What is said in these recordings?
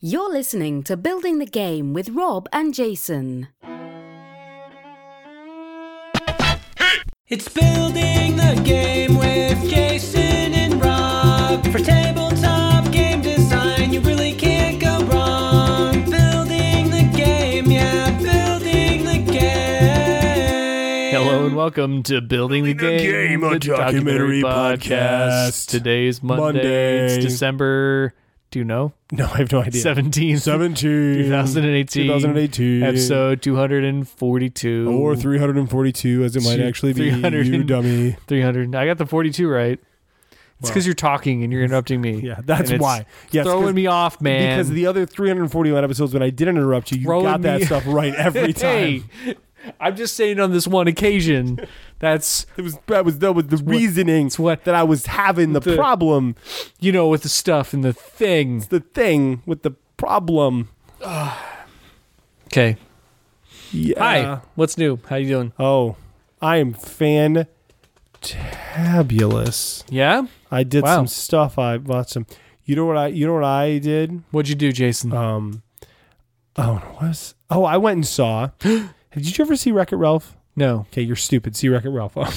You're listening to Building the Game with Rob and Jason. It's building the game with Jason and Rob. For tabletop game design, you really can't go wrong. Building the game, yeah, building the game. Hello and welcome to Building the Game, Game, a the documentary podcast. Today's Monday. Monday. It's December, do you know? No, I have no idea. 17th, 17. 2018. 2018. Episode 242. Or 342, as it might Two- actually be. 300. You dummy. 300. I got the 42 right. It's because you're talking and you're interrupting me. Yeah, And that's it's why. Yes, 'cause- throwing me off, man. Because the other 341 episodes when I did interrupt you, you Rolling got that me- stuff right every time. Hey, I'm just saying on this one occasion, that's, It was that was that was the reasoning what- that I was having the, The- problem, you know, with the stuff and the thing. the thing with the problem. Okay. Yeah. Hi. What's new? How you doing? Oh, I am fan tabulous. Yeah? I did Wow. some stuff. I bought some. You know what I? You know what I did? What'd you do, Jason? um oh no, what was oh i went and saw did you ever see wreck it ralph no. okay you're stupid see wreck it ralph Oh,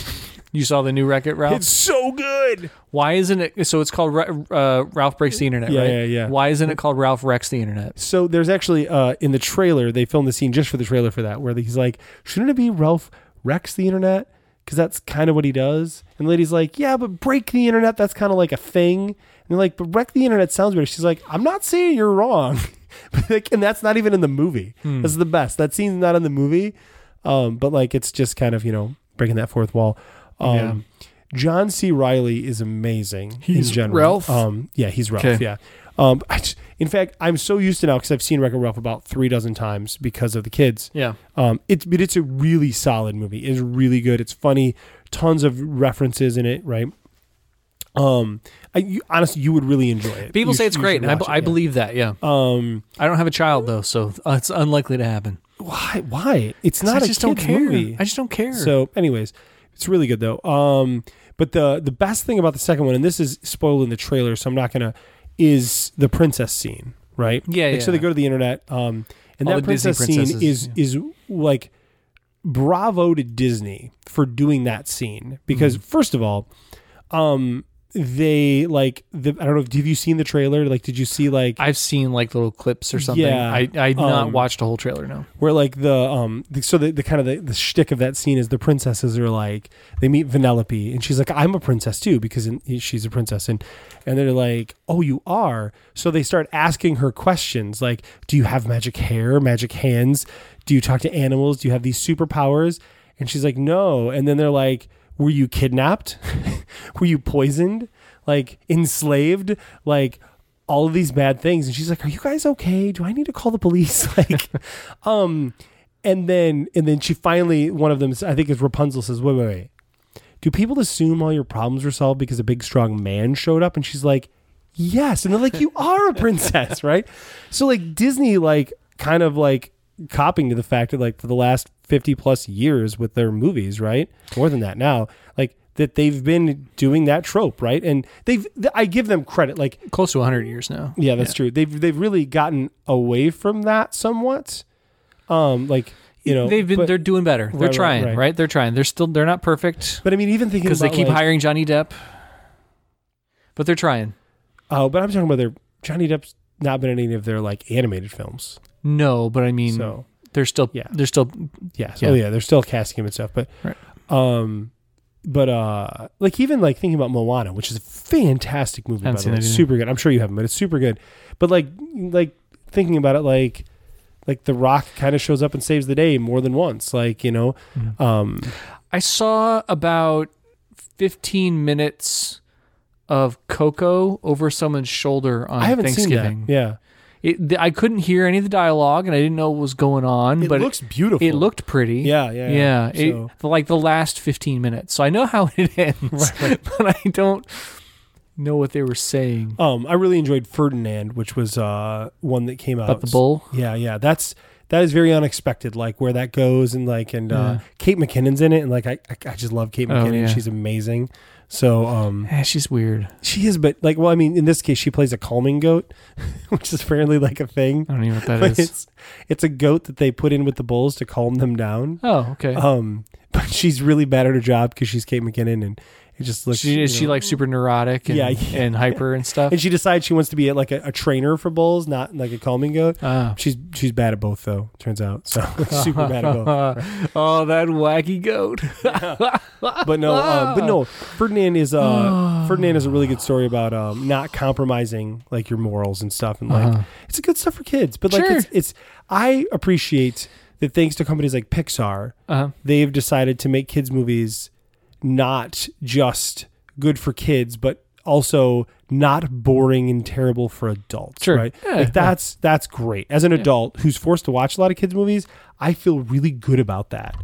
You saw the new Wreck It Ralph? it's so good Why isn't it? So it's called Ra- uh, Ralph Breaks the Internet, Yeah, right? yeah, yeah. Why isn't it called Ralph Wrecks the Internet? so there's actually uh in the trailer they filmed the scene just for the trailer for that where he's like shouldn't it be ralph wrecks the internet because that's kind of what he does and the lady's like yeah but break the internet that's kind of like a thing and they're like but wreck the internet sounds better she's like i'm not saying you're wrong But, like, and that's not even in the movie Hmm. that's the best that scene's not in the movie um but like it's just kind of you know breaking that fourth wall um John C. Riley is amazing. He's in general. Ralph? Um, yeah, he's Ralph. Okay. Yeah. Um, I just- in fact, I'm so used to now because I've seen Wreck-It Ralph about three dozen times because of the kids. Yeah. Um, it's but it's a really solid movie. It's really good. It's funny. Tons of references in it. Right. Um, I you, honestly, you would really enjoy it. People You say sh- it's you great, should and I, watch it, I yeah. believe that, yeah. Um, I don't have a child, though, so uh, it's unlikely to happen. why? Why? It's So not I a just kids don't care. movie. I just don't care. So, anyways, it's really good though. Um, but the the best thing about the second one, and this is spoiled in the trailer, so I'm not gonna, is the princess scene, right? Yeah, Like, So yeah. they go to the internet, um, and All that the Disney princess scene princesses, is is like bravo to Disney for doing that scene because Mm-hmm. first of all, um, they like the I don't know. if Have you seen the trailer? Like, did you see like I've seen like little clips or something. Yeah, I I not um, watched a whole trailer. No. where like the um the, so the, the kind of the, the shtick of that scene is the princesses are like they meet Vanellope and she's like I'm a princess too because in, she's a princess and and they're like oh you are so they start asking her questions like do you have magic hair magic hands do you talk to animals do you have these superpowers and she's like no and then they're like were you kidnapped were you poisoned like enslaved like all of these bad things and she's like are you guys okay do i need to call the police like um and then and then she finally one of them i think is rapunzel says wait wait wait do people assume all your problems were solved because a big strong man showed up and she's like yes and they're like you are a princess right so like disney like kind of like copying to the fact that like for the last 50 plus years with their movies right more than that now like that they've been doing that trope right and they've i give them credit like Close to 100 years now. yeah, that's true. They've they've really gotten away from that somewhat. Um, like you know, They've been. but, they're doing better. Right, They're right, trying. Right, right. They're trying. They're still. They're not perfect but I mean, even thinking because they about, keep like, hiring Johnny Depp. But they're trying. Oh, but I'm talking about their Johnny Depp's not been in any of their like animated films. No, but I mean, So they're still. Yeah. They're still. yeah, so Yeah. Oh, yeah, they're still casting him and stuff. But Right. um, but uh, like even like thinking about Moana, which is a fantastic movie. By Haven't the seen way, that either. super good. I'm sure you haven't, but it's super good. But like like thinking about it, like like The Rock kind of shows up and saves the day more than once. Like you know, um, I saw about 15 minutes of Coco over someone's shoulder on I haven't seen that. Thanksgiving. Yeah. It, th- I couldn't hear any of the dialogue, and I didn't know what was going on. It but looks beautiful. It looked pretty. Yeah, yeah, yeah. yeah. It- So- the- like the last fifteen minutes, so I know how it ends, but I don't know what they were saying Um, I really enjoyed Ferdinand, which was uh one that came out about the bull. Yeah, yeah. That's that is very unexpected, like where that goes and like and uh Kate McKinnon's in it, and like I I, I just love Kate Oh, yeah. McKinnon. She's amazing. So um, Eh, she's weird. she is, but like, well, I mean, in this case, she plays a calming goat, which is apparently like a thing. I don't even know what But that is. it's it's a goat that they put in with the bulls to calm them down. Oh, okay. Um, but she's really bad at her job because she's Kate McKinnon, and it just looks. she, is you she know- like super neurotic and, Yeah, yeah. and hyper and stuff? And she decides she wants to be like a, a trainer for bulls, not like a calming goat. Ah. She's she's bad at both though. Turns out, so super bad at both. uh, oh, that wacky goat. But no, um, but no. Ferdinand is uh, Ferdinand is a really good story about um, not compromising like your morals and stuff, and like it's a good stuff for kids. But like Uh-huh. Sure. it's, it's I appreciate that thanks to companies like Pixar, Uh-huh. they've decided to make kids movies not just good for kids, but also not boring and terrible for adults. Sure. Right? Yeah, yeah. like that's that's great. As an adult who's forced to watch a lot of kids movies, I feel really good about that.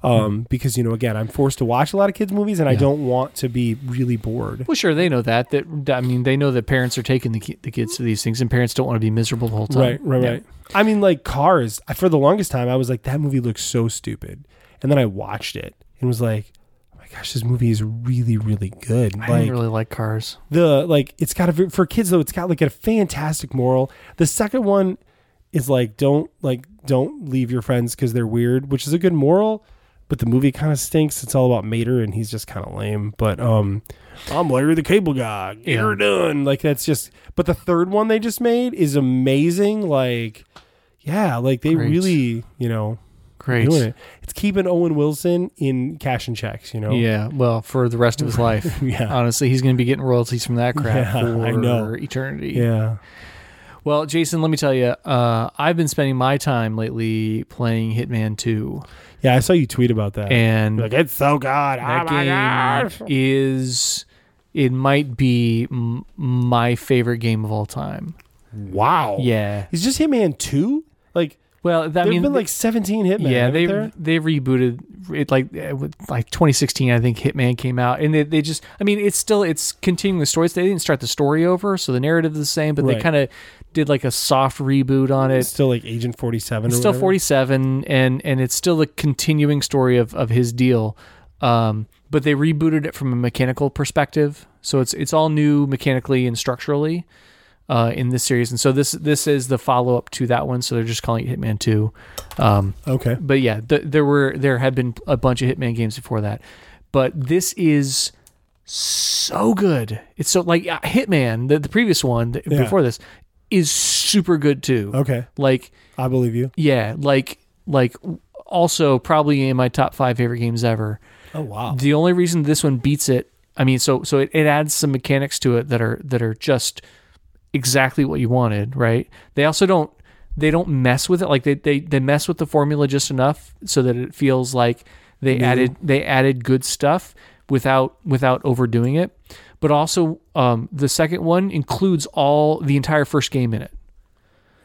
Hmm. Um, because you know, again, I'm forced to watch a lot of kids movies, and I don't want to be really bored. Well, sure, they know that. That I mean, they know that parents are taking the, ki- the kids to these things, and parents don't want to be miserable the whole time. Right, right, Yeah. right. I mean, like Cars. I, for the longest time, I was like, that movie looks so stupid, and then I watched it and was like, oh my gosh, this movie is really, really good. I like didn't really like cars. the like, it's got a for kids though. It's got like a fantastic moral. The second one is like, don't like, don't leave your friends because they're weird, which is a good moral. But the movie kind of stinks. It's all about Mater, and he's just kind of lame. But um, I'm Larry the Cable Guy. Get her done. Like that's just. But the third one they just made is amazing. Like, yeah, like they Great. really, you know, Great. doing it. It's keeping Owen Wilson in cash and checks. You know. Yeah. Well, for the rest of his life. Yeah. Honestly, he's going to be getting royalties from that crap Yeah, for I know. eternity. Yeah. Well, Jason, let me tell you, uh, I've been spending my time lately playing Hitman 2. Yeah. I saw you tweet about that. And like it's so good. that oh my gosh. game is, it might be m- my favorite game of all time. Wow. Yeah. Is just Hitman two? Like Well, that, I Oh. there've mean, been like seventeen Hitman. yeah, Yeah, they there? they rebooted it like eh, with- like 2016, I think Hitman came out, and they, they just I mean it's still it's continuing the story. They didn't start the story over, so the narrative is the same, but they Right. kind of did like a soft reboot on it's it. still like Agent Forty Seven. It's still 47, and and it's still the continuing story of of his deal, um, but they rebooted it from a mechanical perspective, so it's it's all new mechanically and structurally. Uh, in this series, and so this this is the follow up to that one. So they're just calling it Hitman Two. Um, Okay. but yeah, th- there were there had been a bunch of Hitman games before that, but this is so good. It's so like uh, Hitman, the, the previous one th- Yeah. before this, is super good too. Okay. Like I believe you. yeah, like like also probably in my top five favorite games ever. Oh wow. The only reason this one beats it, I mean, so so it, it adds some mechanics to it that are that are just exactly what you wanted, right? They also don't they don't mess with it like they they, they mess with the formula just enough so that it feels like they added they added good stuff without without overdoing it. But also, um, the second one includes all the entire first game in it.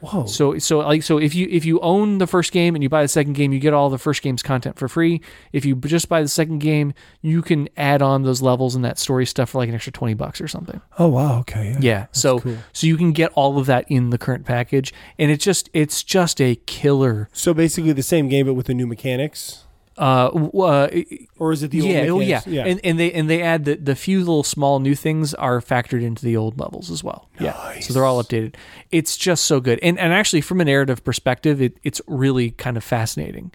Whoa. So so like so if you if you own the first game and you buy the second game, you get all the first game's content for free. If you just buy the second game, you can add on those levels and that story stuff for like an extra 20 bucks or something. Oh wow. Okay. Yeah. Yeah. so cool. so you can get all of that in the current package and it's just it's just a killer. So basically the same game but with the new mechanics, Uh, w- uh or is it the yeah, oh old yeah. mechanics? And and they and they add the the few little small new things are factored into the old levels as well. Yeah. So they're all updated. It's just so good. And and actually from a narrative perspective, it, it's really kind of fascinating.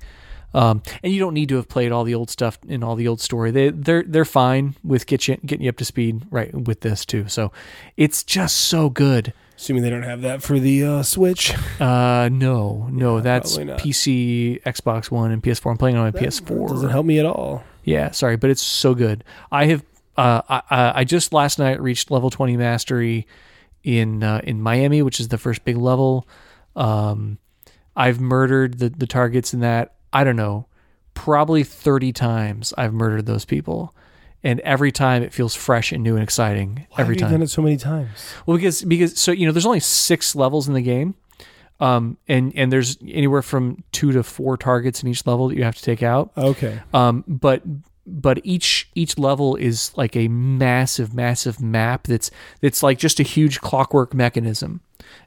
Um, and you don't need to have played all the old stuff and all the old story. They they're they're fine with get you, getting you up to speed right with this too. So it's just so good. Assuming they don't have that for the uh, Switch. Uh, no, no, that's probably not. PC, Xbox One, and PS4. I'm playing on my PS4. Doesn't help me at all. Yeah, sorry, but it's so good. I have uh, I- I, I just last night reached level twenty mastery in uh, in Miami, which is the first big level. Um, I've murdered the the targets in that. I don't know, probably thirty times I've murdered those people, and every time it feels fresh and new and exciting. Why every have time, you done it so many times. well, because because so you know, there's only six levels in the game, um, and and there's anywhere from two to four targets in each level that you have to take out Okay. um, but but each each level is like a massive massive map that's that's like just a huge clockwork mechanism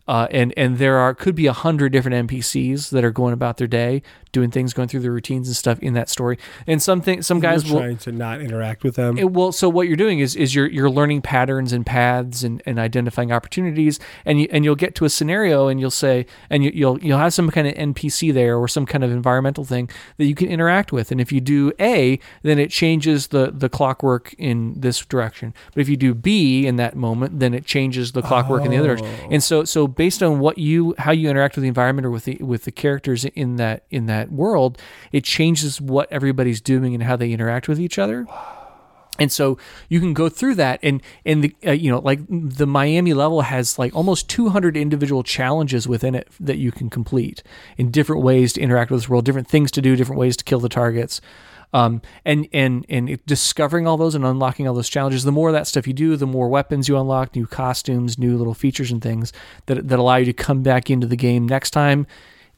uh, and and there are could be a hundred different NPCs that are going about their day, doing things, going through their routines and stuff in that story. And some things, some guys You're will trying to not interact with them. it- well, so what you're doing is is you're you're learning patterns and paths and, and identifying opportunities, and you and you'll get to a scenario and you'll say and you, you'll you'll have some kind of NPC there or some kind of environmental thing that you can interact with, and if you do A, then it changes the the clockwork in this direction, but if you do B in that moment, then it changes the clockwork in the other direction, and so so based on what you how you interact with the environment or with the with the characters in that in that world, it changes what everybody's doing and how they interact with each other. And so you can go through that, and and the uh, you know like the Miami level has like almost 200 individual challenges within it that you can complete in different ways to interact with this world, different things to do, different ways to kill the targets, um, and and and it- discovering all those and unlocking all those challenges. The more of that stuff you do, the more weapons you unlock, new costumes, new little features and things that that allow you to come back into the game next time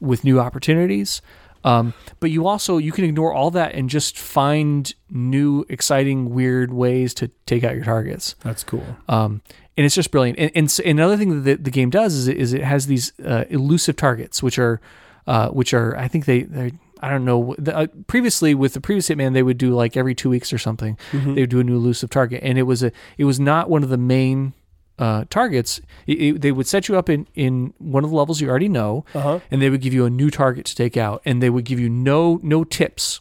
with new opportunities. Um, but you also you can ignore all that and just find new, exciting, weird ways to take out your targets. That's cool. Um, and it's just brilliant. And, and, s another thing that the, the game does is it, is it has these uh, elusive targets, which are uh, which are I think they they I don't know the, uh, previously with the previous Hitman they would do like every two weeks or something Mm-hmm. they would do a new elusive target, and it was a it was not one of the main. Uh, targets It- it- they would set you up in, in one of the levels you already know Uh-huh. and they would give you a new target to take out and they would give you no no tips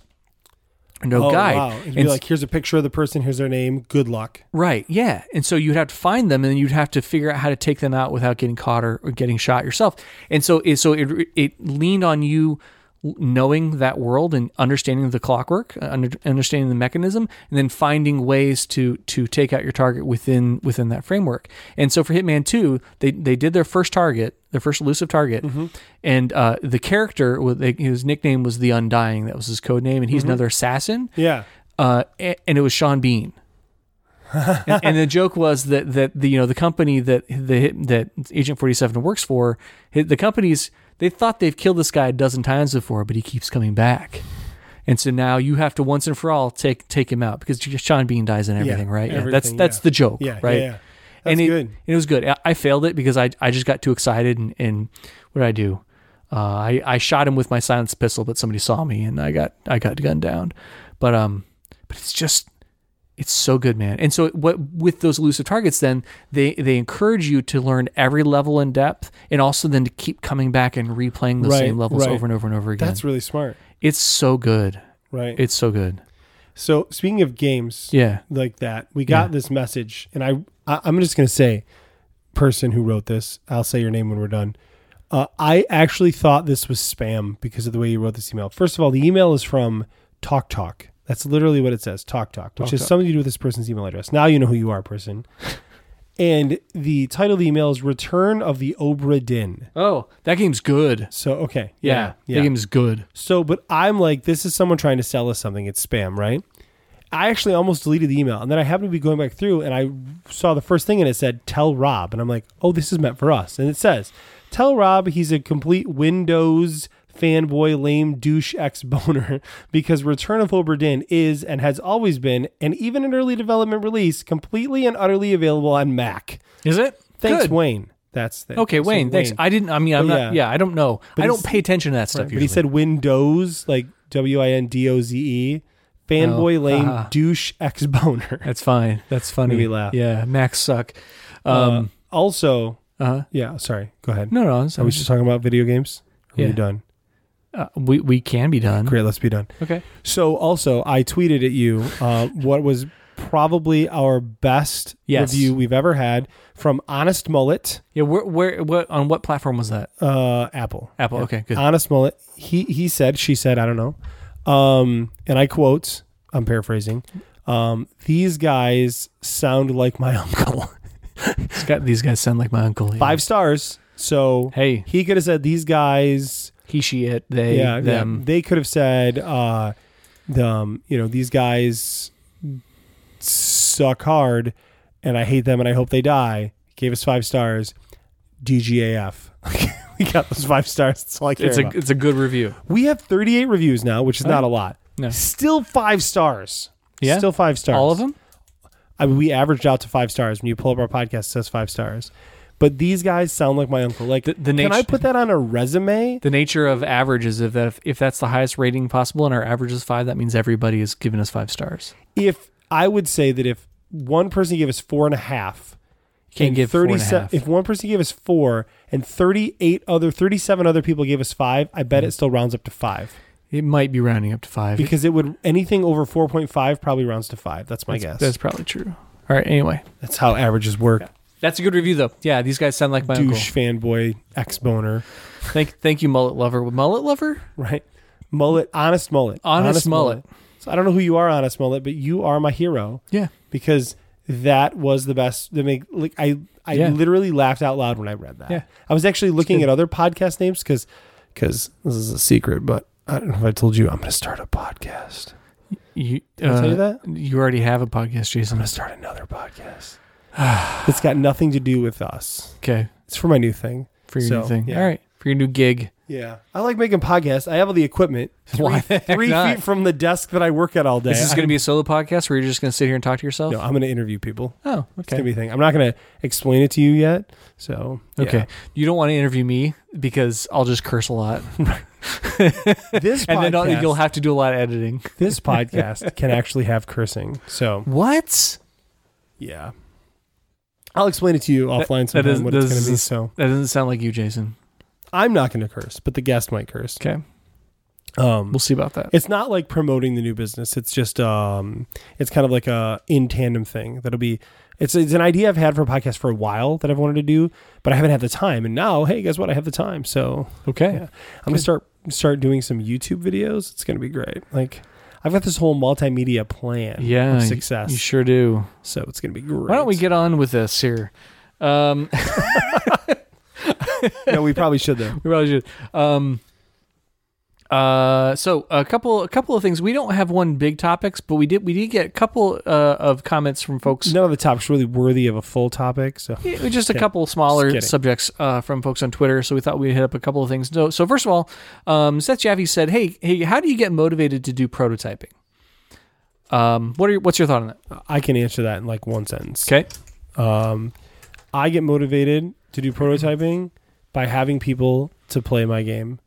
no oh, guide wow. It'd be And- like, here's a picture of the person, here's their name, good luck. Right. Yeah. And so you'd have to find them, and then you'd have to figure out how to take them out without getting caught or, or getting shot yourself. And so, it, so it it leaned on you knowing that world and understanding the clockwork, uh, under, understanding the mechanism, and then finding ways to to take out your target within within that framework. And so for Hitman Two, they they did their first target, their first elusive target, and uh, the character with- his nickname was the Undying. That was his code name, and he's another assassin Yeah. uh, a- and it was Sean Bean. and, and the joke was that that the you know the company that the that Agent Forty Seven works for, hi- the companies they thought they've killed this guy a dozen times before, but he keeps coming back. And so now you have to once and for all take take him out because Sean Bean dies in everything, right? Yeah, that's everything, that's yeah. the joke, Yeah, right? yeah, yeah. and That's it, good. and it was good. I, I failed it because I I just got too excited and, and what did I do? Uh, I I shot him with my silenced pistol, but somebody saw me and I got I got gunned down. But um, but it's just it's so good, man. And so what with those elusive targets, then they they encourage you to learn every level in depth, and also then to keep coming back and replaying the Right, same levels right. over and over and over again. That's really smart. it's so good. Right. It's so good. so speaking of games Yeah. like that, we got Yeah. this message and I, I I'm just gonna say, person who wrote this, I'll say your name when we're done. Uh, I actually thought this was spam because of the way you wrote this email. First of all, the email is from Talk Talk. That's literally what it says, Talk Talk, which is something to do with this person's email address. Now you know who you are, person. and the title of the email is Return of the Obra Dinn. Oh, that game's good. So okay, Yeah, that game's good. So, but I'm like, this is someone trying to sell us something. It's spam, right? I actually almost deleted the email, and then I happened to be going back through, and I saw the first thing, and it said "Tell Rob," and I'm like, "Oh, this is meant for us." And it says, "Tell Rob he's a complete Windows fanboy, lame douche ex boner, because Return of Oberdin is and has always been, and even an early development release, completely and utterly available on Mac." Is it? Thanks, good. Wayne. That's the, Okay, so Wayne, thanks. I didn't. I mean, I'm But not. yeah. Yeah, I don't know. I don't he's- pay attention to that stuff. Right, but he said Windows, like W I N D O Z E, fanboy Oh, lame haha. douche ex boner. that's fine. That's funny. Made me laugh. Yeah, Macs suck. Um, Um, also, uh-huh. yeah, sorry, go ahead. no, no, it's- Are we just talking about video games? Are Yeah. we done? uh, we we can be done. Great, let's be done. Okay. So, also, I tweeted at you uh, what was probably our best Yes. review we've ever had from Honest Mullet, Yeah. Where where what on what platform was that? uh, Apple. Apple. Okay. Good. Honest Mullet. He he said, she said, I don't know. Um, and I quote, I'm paraphrasing. Um, these guys sound like my uncle. It's got- these guys sound like my uncle. yeah. Five stars. So Hey. he could have said these guys. He, she, it, they, yeah, them. yeah, they could have said, uh, the, um, you know, these guys suck hard, and I hate them, and I hope they die. Gave us five stars. DGAF. we got those five stars. That's all I care It's about. a it's a good review. We have 38 reviews now, which is not a lot. No. Still five stars. Yeah? Still five stars. All of them. I mean, we averaged out to five stars. When you pull up our podcast, it says five stars. But these guys sound like my uncle. Like, The- the can I nat- put that on a resume? The nature of average is if, if if that's the highest rating possible and our average is five, that means everybody is giving us five stars. If I would say that if one person gave us four and a half, Can't and give four and a se- half. If one person gave us four and thirty-eight other, thirty-seven other people gave us five, I Mm. bet it still rounds up to five It might be rounding up to five. because it would anything over four point five probably rounds to five. That's my guess. That's That's, probably true. All right. Anyway, how averages work. that's a good review though. Yeah, these guys sound like my Douche fanboy ex boner, uncle. Thank thank you, mullet lover. Mullet lover. right? Mullet, honest mullet, Honest mullet. So I don't know who you are, honest mullet, but you are my hero. Yeah. because that was the best. That make like I I Yeah. literally laughed out loud when I read that. Yeah. I was actually looking at other podcast names because because this is a secret, but I don't know if I told you I'm going to start a podcast. You, Did I tell you that? Uh, You already have a podcast, I'm Jason. going to start another podcast. it's got nothing to do with us. Okay, It's for my new thing. for your So, new thing. yeah. All right, for your new gig. Yeah, I like making podcasts. I have all the equipment. Why the heck Three not? feet from the desk that I work at all day. Is this going to be a solo podcast where you're just going to sit here and talk to yourself? No, I'm going to interview people. Oh, It's okay. going to be a thing. I'm not going to explain it to you yet. So yeah. okay. You don't want to interview me because I'll just curse a lot, this and then I'll, podcast- you'll have to do a lot of editing. this podcast can actually have cursing. So What? yeah, I'll explain it to you offline That sometime doesn't, what it's going to be. doesn't- So that doesn't sound like you, Jason. I'm not going to curse, but the guest might curse. Okay, Um, we'll see about that. it's not like promoting the new business. It's just um, it's kind of like a in tandem thing that'll be. It's, it's an idea I've had for a podcast for a while that I've wanted to do, but I haven't had the time. And now, hey, guess what? I have the time, so Okay. yeah. I'm gonna start start doing some YouTube videos. It's gonna be great. Like I've got this whole multimedia plan Yeah, of you- success, You sure do. so it's gonna be great. Why don't we get on with this here? Um, no, we probably should though. We probably should. Um, uh, so a couple, a couple of things. We don't have one big topics, but we did, we did get a couple uh, of comments from folks. None of the topics really worthy of a full topic. So Yeah, Just a Okay. couple Just smaller kidding. subjects uh, from folks on Twitter, so we thought we'd hit up a couple of things. So, so first of all, um, Seth Jaffe said, "Hey, hey, how do you get motivated to do prototyping? Um, what are your, what's your thought on that? I can answer that in like one sentence. Okay, Um, I get motivated to do prototyping by having people to play my game.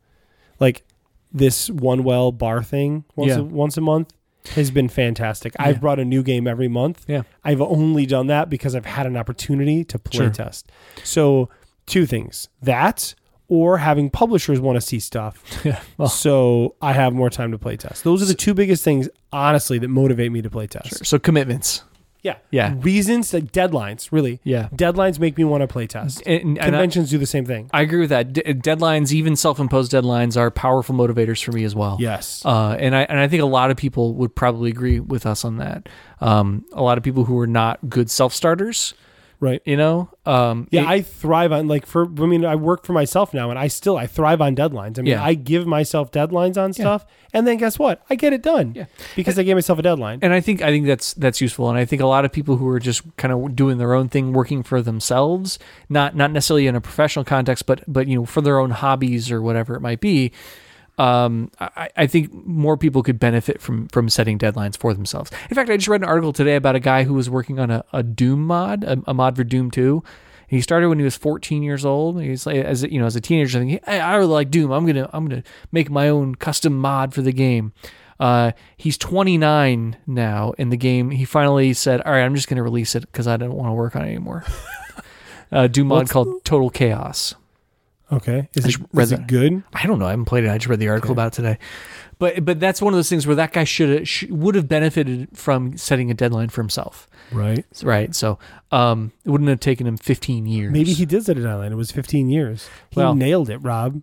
Like this one well bar thing once Yeah. a, once a month has been fantastic. I've Yeah. brought a new game every month. Yeah. I've only done that because I've had an opportunity to play Sure. test. So two things. That or having publishers want to see stuff. yeah, well, so I have more time to play test. Those are the two biggest things, honestly, that motivate me to play test. so commitments, Yeah, Yeah. Reasons, like deadlines, really. yeah, Deadlines make me want to play test. and, and I, Conventions do the same thing. I agree with that. D- deadlines, even self-imposed deadlines, are powerful motivators for me as well. Yes. Uh, and I and I think a lot of people would probably agree with us on that. Um, a lot of people who are not good self starters, right. you know. Um, Yeah, it- I thrive on like for. I mean, I work for myself now, and I still I thrive on deadlines. I mean, Yeah. I give myself deadlines on stuff, and then guess what? I get it done. Yeah. Because I gave myself a deadline. and I think I think that's that's useful. And I think a lot of people who are just kind of doing their own thing, working for themselves, not not necessarily in a professional context, but but you know for their own hobbies or whatever it might be. Um, I, I think more people could benefit from from setting deadlines for themselves. In fact, I just read an article today about a guy who was working on a, a Doom mod, a, a mod for Doom Two. He started when he was 14 years old. He's like, as a- you know, as a teenager, thinking, "Hey, I really like Doom. I'm gonna, I'm gonna make my own custom mod for the game." Uh, he's 29 now in the game. He finally said, "All right, I'm just gonna release it because I don't want to work on it anymore." uh, Doom mod What's- called Total Chaos. okay. Is I it, just read is it that. good? I don't know. I haven't played it. I just read the article about it today. But but that's one of those things where that guy should sh- would have benefited from setting a deadline for himself, Right. right? So um, it wouldn't have taken him 15 years. Maybe he did set a deadline. It was 15 years. He Well- nailed it, Rob.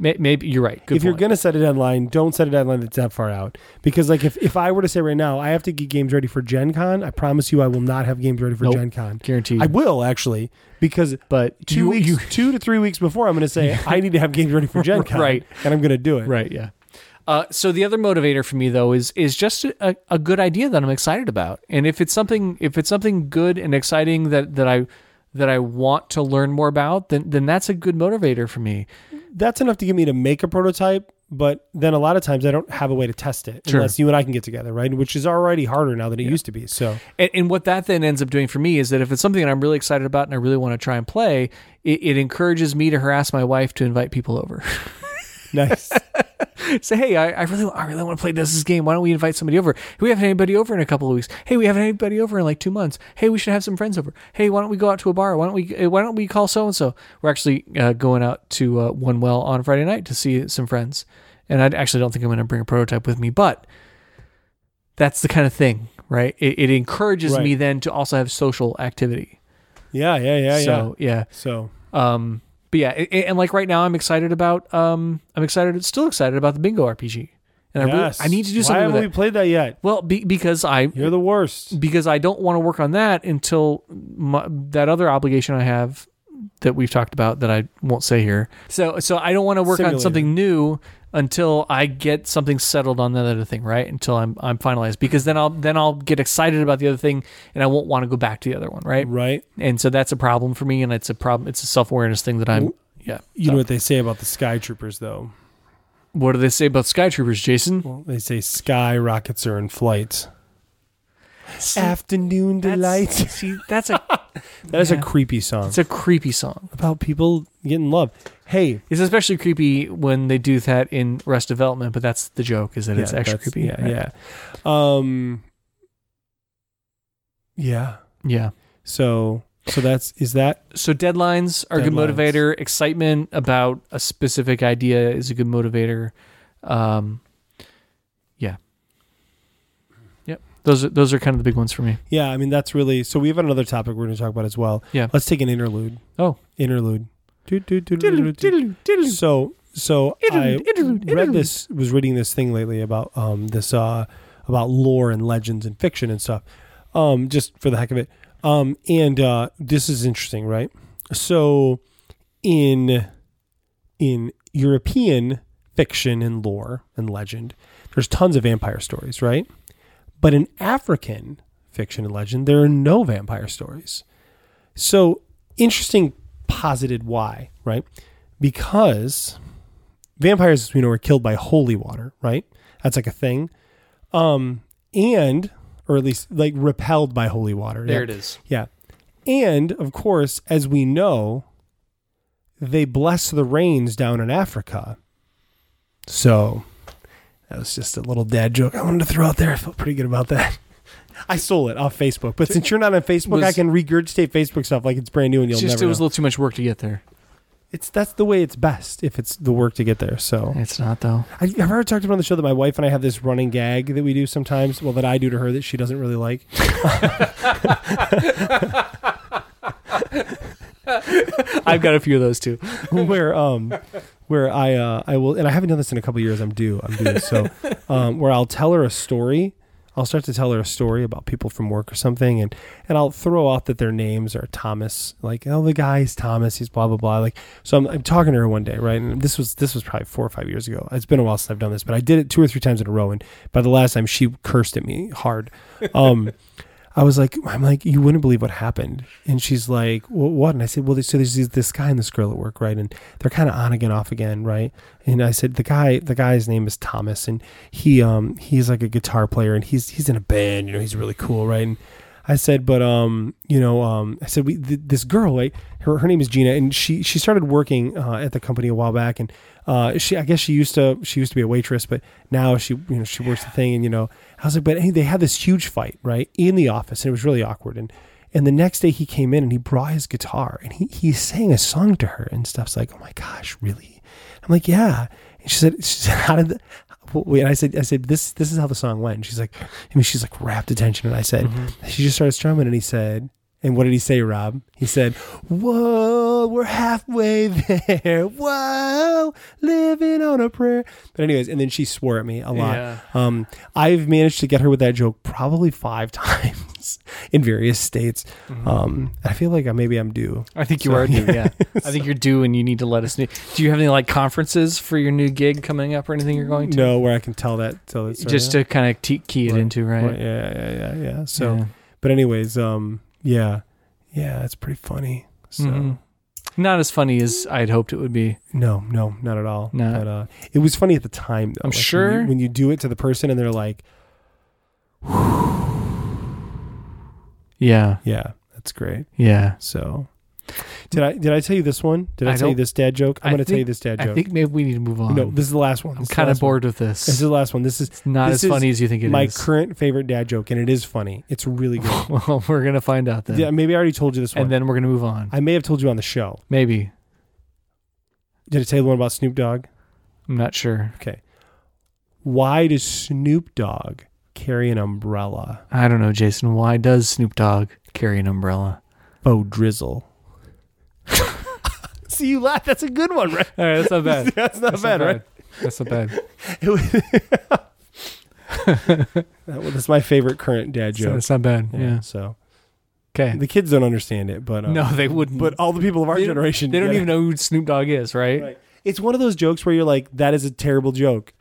May- maybe you're right. Good if you're point. gonna set a deadline, don't set a deadline that's that far out. Because like if, if I were to say right now, I have to get games ready for Gen Con, I promise you I will not have games ready for Nope. Gen Con. guaranteed. I will actually, because but two you- weeks you- two to three weeks before I'm gonna say I need to have games ready for Gen Con. Right. And I'm gonna do it. Right. Yeah. Uh, so the other motivator for me though is is just a, a good idea that I'm excited about, and if it's something if it's something good and exciting that that I that I want to learn more about, then then that's a good motivator for me. That's enough to get me to make a prototype But then a lot of times I don't have a way to test it Sure. unless you and I can get together, right? Which is already harder now than it used to be. So And, and what that then ends up doing for me is that if it's something that I'm really excited about and I really want to try and play, it, it encourages me to harass my wife to invite people over. nice. Say, hey, I, I really, I really want to play this, this game. Why don't we invite somebody over? We haven't had anybody over in a couple of weeks. Hey, we haven't had anybody over in like two months. Hey, we should have some friends over. Hey, why don't we go out to a bar? Why don't we, eh, why don't we call so and so? We're actually uh, going out to uh, One Well on Friday night to see some friends, and I actually don't think I'm going to bring a prototype with me, but that's the kind of thing, right? It, it encourages Right. me then to also have social activity. Yeah, yeah, yeah, yeah. so yeah. So Um, but yeah, a- a- and like right now, I'm excited about. Um, I'm excited, still excited about the Bingo RPG, and I really, yes. I need to do Why something with haven't we it. played that yet? Well, be, because I You're the worst. because I don't want to work on that until my, that other obligation I have that we've talked about that I won't say here. So so I don't want to work on Simulator. something new until I get something settled on that other thing, right? Until I'm I'm finalized because then I'll then I'll get excited about the other thing and I won't want to go back to the other one, right? Right? And so that's a problem for me and it's a problem it's a self-awareness thing that I'm yeah. You know what they say about the sky troopers though. What do they say about sky troopers, Jason? Well, they say sky rockets are in flight. Afternoon That's- delight. See, that's a That is Yeah. a creepy song. it's a creepy song. about people getting love. Hey, It's especially creepy when they do that in Rust Development, but that's the joke is that it's yeah, extra that's- creepy. Yeah, right? yeah. Um, yeah. Yeah. So, so that's is that So deadlines are a good Deadlines. motivator. Excitement about a specific idea is a good motivator. Um, yeah. Yep. Those are those are kind of the big ones for me. yeah. I mean, that's really. So we have another topic we're going to talk about as well. Yeah. Let's take an interlude. Oh. Interlude. Doo, doo, doo, doo, doo, doo. So, so I Interlude, interlude, read interlude. this. Was reading this thing lately about um this uh about lore and legends and fiction and stuff. Um, just for the heck of it. Um, and uh, this is interesting, right? So, in in European fiction and lore and legend, there's tons of vampire stories, right? But in African fiction and legend, there are no vampire stories. So interesting posited why, right? Because vampires, as we know, are killed by holy water, right? That's like a thing. Um, and or at least like repelled by holy water. There yeah. it is. Yeah. And of course, as we know, they bless the rains down in Africa. So that was just a little dad joke I wanted to throw out there. I felt pretty good about that. I stole it off Facebook, but since you're not on Facebook, Was- I can regurgitate Facebook stuff like it's brand new and you'll It's just never. it was a know. little too much work to get there. It's that's the way it's best if it's the work to get there. So It's not though. I, I've already talked about on the show that my wife and I have this running gag that we do sometimes. Well, that I do to her that she doesn't really like. I've got a few of those too. where um where I uh I will and I haven't done this in a couple years. I'm due. I'm due. So um where I'll tell her a story. I'll start to tell her a story about people from work or something and and I'll throw out that their names are Thomas. Like, oh the guy's Thomas, he's blah blah blah. Like so I'm, I'm talking to her one day, right? And this was this was probably four or five years ago. It's been a while since I've done this, but I did it two or three times in a row and by the last time she cursed at me hard. Um I was like, I'm like, you wouldn't believe what happened. And she's like, well, what? And I said, well, so there's these- this guy and this girl at work, right? And they're kind of on again, off again, right? And I said, the guy, the guy's name is Thomas, and he, um, he's like a guitar player, and he's he's in a band, you know, he's really cool, right? And I said, but um, you know, um, I said we th- this girl, right? Her, her name is Gina, and she she started working uh, at the company a while back, and uh, she I guess she used to she used to be a waitress, but now she you know she works the thing, and you know I was like, but hey, they had this huge fight right in the office, and it was really awkward, and and the next day he came in and he brought his guitar and he he sang a song to her and stuff's like, oh my gosh, really? I'm like, yeah. And she said, she said, how did the, wait, and I said, I said, this, this is how the song went. And she's like, I mean, she's like rapt attention. And I said, Mm-hmm. she just started strumming and he said, and what did he say, Rob? He said, whoa, we're halfway there. Whoa, living on a prayer. But anyways, and then she swore at me a lot. Yeah. Um, I've managed to get her with that joke probably five times in various states. Um, I feel like I, maybe I'm due. I think you are due. Yeah, I think you're due, and you need to let us know. Do you have any like conferences for your new gig coming up or anything you're going to? No, where I can tell that. Tell that story. Just to kind of te- key it into right. Right, yeah, yeah, yeah, yeah. So, Yeah. but anyways, um, yeah, yeah, it's pretty funny. So, Mhm. Not as funny as I'd hoped it would be. No, no, not at all. No. But, uh, it was funny at the time. Though. I'm Like, when you- sure. when you do it to the person and they're like, Yeah, "Yeah, that's great." yeah. So, did I did I tell you this one? Did I, I tell you don't- this dad joke? I'm I going to tell you think- this dad joke. I think maybe we need to move on. no, this is the last one. I'm This is the kind of last one. bored with this. This is the last one. This is it's not this as is funny as you think it is. my current favorite dad joke, and it is funny. It's really good. well, we're gonna find out then, yeah, maybe I already told you this one. and then we're gonna move on. I may have told you on the show. maybe. Did I tell you the one about Snoop Dogg? I'm not sure. Okay. Why does Snoop Dogg carry an umbrella? I don't know, Jason. Why does Snoop Dogg carry an umbrella? Bo drizzle. See you laugh. That's a good one, right? All right, that's not bad. That's not bad, right? That's not bad. It was- That was- That's my favorite current dad It's not, joke. it's not bad. Yeah. So Okay. the kids don't understand it, but uh, no, they wouldn't. but all the people of our They don't- generation They don't get even it. know who Snoop Dogg is, right? Right. It's one of those jokes where you're like, "That is a terrible joke,"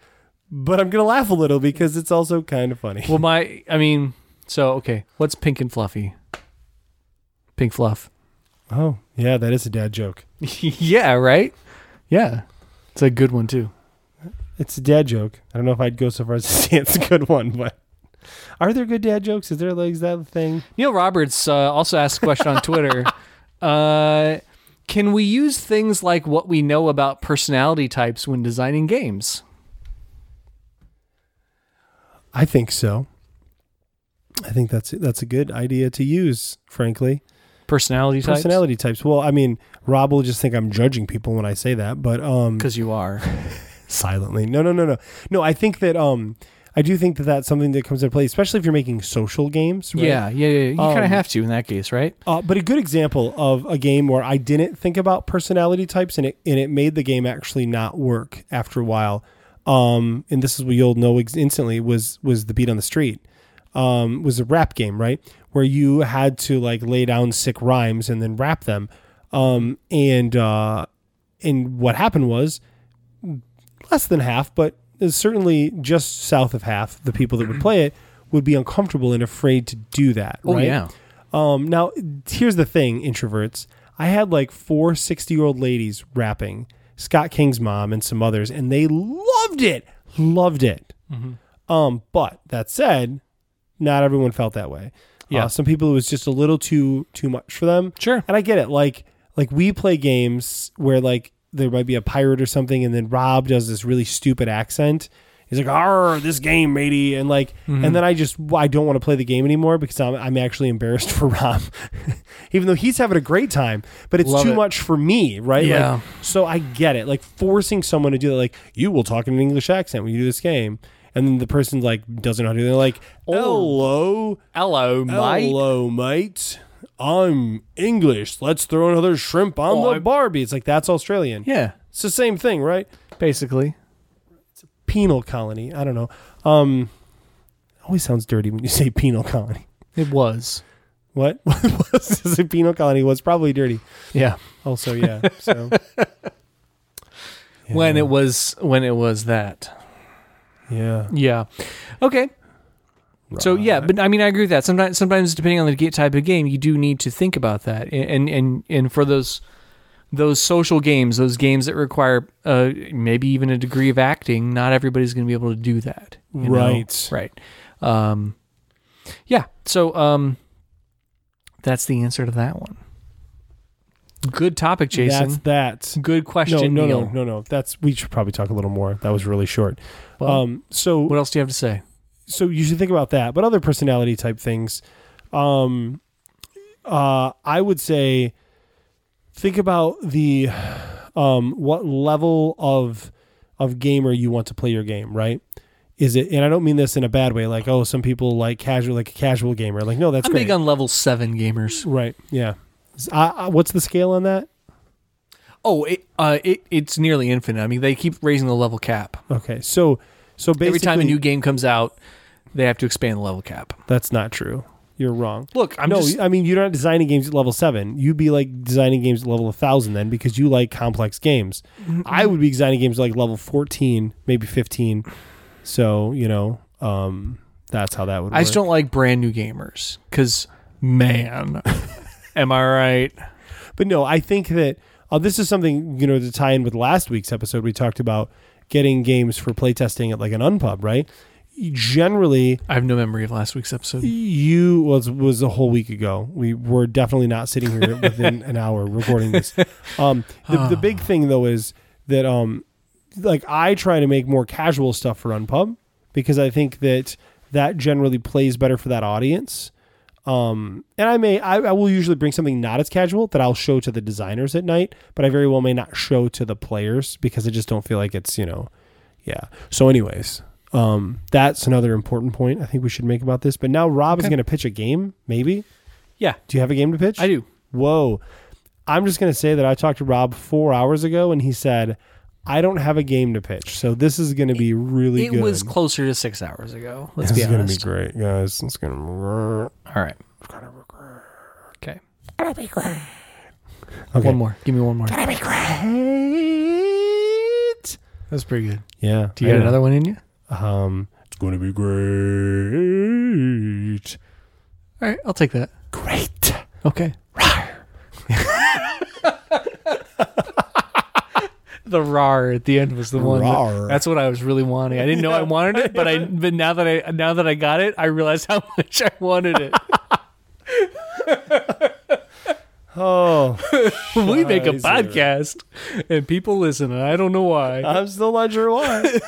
but I'm gonna laugh a little because it's also kind of funny. Well, my, I mean, so okay, what's pink and fluffy? Pink fluff. Oh yeah, that is a dad joke. yeah, right. Yeah, it's a good one too. It's a dad joke. I don't know if I'd go so far as to say it's a good one, but are there good dad jokes? Is there like is that a thing? Neil Roberts uh, also asked a question on Twitter. uh, can we use things like what we know about personality types when designing games? I think so. I think that's that's a good idea to use, frankly. Personality types. Personality types. Well, I mean, Rob will just think I'm judging people when I say that, but um Because you are. silently. No, no, no, no. No, I think that um I do think that that's something that comes into play, especially if you're making social games. Right? Yeah, yeah, yeah. You kind Um, of have to in that case, right? Uh, but a good example of a game where I didn't think about personality types and it and it made the game actually not work after a while. Um, and this is what you'll know ex- instantly was was the beat on the street. Um, was a rap game, right? Where you had to like lay down sick rhymes and then rap them. Um, and uh, and what happened was less than half, but certainly just south of half, the people that would play it would be uncomfortable and afraid to do that. Oh right? yeah. Um, now, here's the thing, introverts. I had like four 60 year old ladies rapping, Scott King's mom and some others, and they loved it. Loved it. Um, but that said, not everyone felt that way. Yeah. Uh, some people it was just a little too too much for them. Sure. And I get it. Like like we play games where like there might be a pirate or something, and then Rob does this really stupid accent. He's like, "Arr, this game, matey," and like, Mm-hmm. and then I just I don't want to play the game anymore because I'm I'm actually embarrassed for Rob, even though he's having a great time. But it's Love too it. much for me, right? Like, Yeah. so I get it. Like forcing someone to do that, like you will talk in an English accent when you do this game, and then the person like doesn't know how to. do it. They're like, Oh. "Hello, Hello, mate. Hello, mate. I'm English. Let's throw another shrimp on Oh, the I'm- Barbie. It's like that's Australian. Yeah, It's the same thing, right? basically. Penal colony. I don't know. Um always sounds dirty when you say penal colony. It was. What? What was this? a penal colony was probably dirty. Yeah. Also, yeah. So When it was when it was that. yeah. Yeah. Okay. So yeah, but I mean I agree with that. Sometimes sometimes depending on the ga- type of game, you do need to think about that. A- And and and for those those social games, those games that require uh, maybe even a degree of acting, not everybody's going to be able to do that. you know? Right. Right. Um Yeah, so um that's the answer to that one. Good topic, Jason. That's that. Good No, question, no, Neil. no, no, no. That's we should probably talk a little more. That was really short. Well, um so What else do you have to say? so you should think about that. But other personality type things, um, uh, I would say, think about the, um, what level of, of gamer you want to play your game, right? Is it? And I don't mean this in a bad way. Like, oh, some people like casual, like a casual gamer. Like, no, that's I'm great. big on level seven gamers. right? Yeah. S- I- I- what's the scale on that? Oh, it, uh, it it's nearly infinite. I mean, they keep raising the level cap. Okay, so so basically, Every time a new game comes out, they have to expand the level cap. that's not true. You're wrong. Look, I'm no, just I mean you're not designing games at level seven. You'd be like designing games at level thousand then because you like complex games. Mm-hmm. I would be designing games like level fourteen, maybe fifteen. So you know, um, that's how that would. I just work. don't like brand new gamers because man, am I right? But no, I think that Uh, this is something you know to tie in with last week's episode. We talked about getting games for playtesting at like an unpub, right? Generally, I have no memory of last week's episode. you was was a whole week ago. We were definitely not sitting here within an hour recording this. Um, the, the big thing though is that um, like I try to make more casual stuff for Unpub because I think that that generally plays better for that audience. Um, and I may I, I will usually bring something not as casual that I'll show to the designers at night, but I very well may not show to the players because I just don't feel like it's you know, yeah. So, anyways. Um, that's another important point I think we should make about this. But now Rob is Okay. going to pitch a game, maybe. Yeah, Do you have a game to pitch? I do. Whoa. I'm just going to say that I talked to Rob four hours ago and he said, I don't have a game to pitch. So this is going to be really it good. was closer to six hours ago. Let's this be is going to be honest. great, guys. It's going to All right. Okay. Okay. One more. Give me one more. be great. That's pretty good. Yeah. Do you got another one in you? one? Um, it's going to be great. All right, I'll take that. Great. Okay. the rar at the end was the one. that- Rar. that's what I was really wanting. I didn't know I wanted it, but I but now that I now that I got it, I realized how much I wanted it. Oh, we make a Shizer. podcast and people listen, and I don't know why. I'm still not sure why.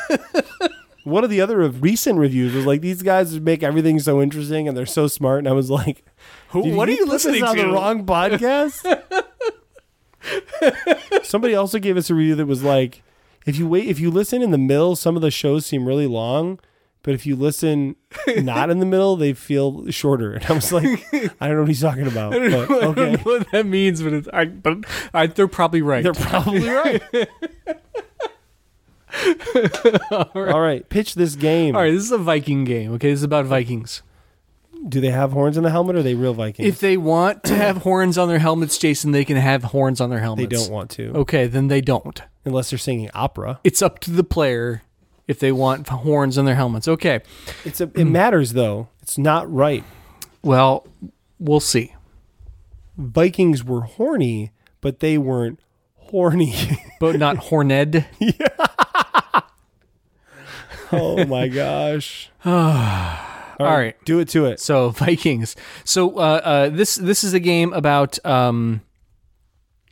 One of the other of recent reviews was like, these guys make everything so interesting and they're so smart. And I was like, Who, Did what are he you put this listening on to? the wrong podcast? Somebody also gave us a review that was like, if you wait, if you listen in the middle, some of the shows seem really long, but if you listen not in the middle, they feel shorter. And I was like, I don't know what he's talking about, but I don't know okay, what that means, but it's, I, but I, they're probably right. they're probably right. All right. pitch this game. All right, this is a Viking game. Okay, this is about Vikings. Do they have horns in the helmet? Or are they real Vikings? If they want to have horns on their helmets, Jason, they can have horns on their they helmets. don't want to, Okay, then they don't. unless they're singing opera. It's up to the player if they want horns on their helmets. Okay. It's a, it Hmm. matters though. It's not right. Well, we'll see. Vikings were horny, but they weren't horny. But not horned. oh my gosh. All right. Do it to it. So Vikings. So uh, uh, this this is a game about um,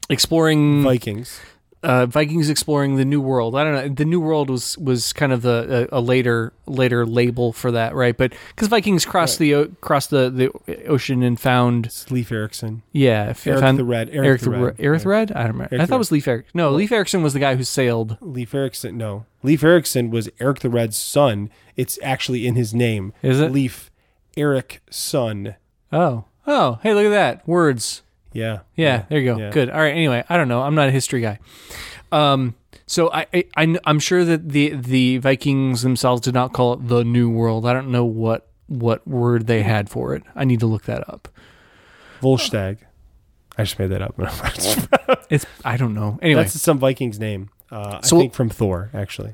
exploring Vikings. uh, Vikings exploring the New World. I don't know. The New World was was kind of the a, a later later label for that, right? But because Vikings crossed the o- crossed the, the ocean and found It's Leif Erikson. yeah, if, Eric found, the Red. Eric, Eric, the Red. Red. Eric the Red. I don't remember. Eric I the thought it was Leif Eric. No, Leif Erikson was the guy who sailed. Leif Erikson. No. Leif Erikson was Eric the Red's son. It's actually in his name. Is it? Leif Eric son. Oh, oh, hey, look at that words. Yeah. Yeah, there you go. yeah. Good. All right. Anyway, I don't know. I'm not a history guy. Um, so I, I I- I'm sure that the the Vikings themselves did not call it the New World. I don't know what what word they had for it. I need to look that up. Volstagg. I just made that up. It's I don't know. Anyway, That's some Viking's name. Uh, So- I think from Thor, actually.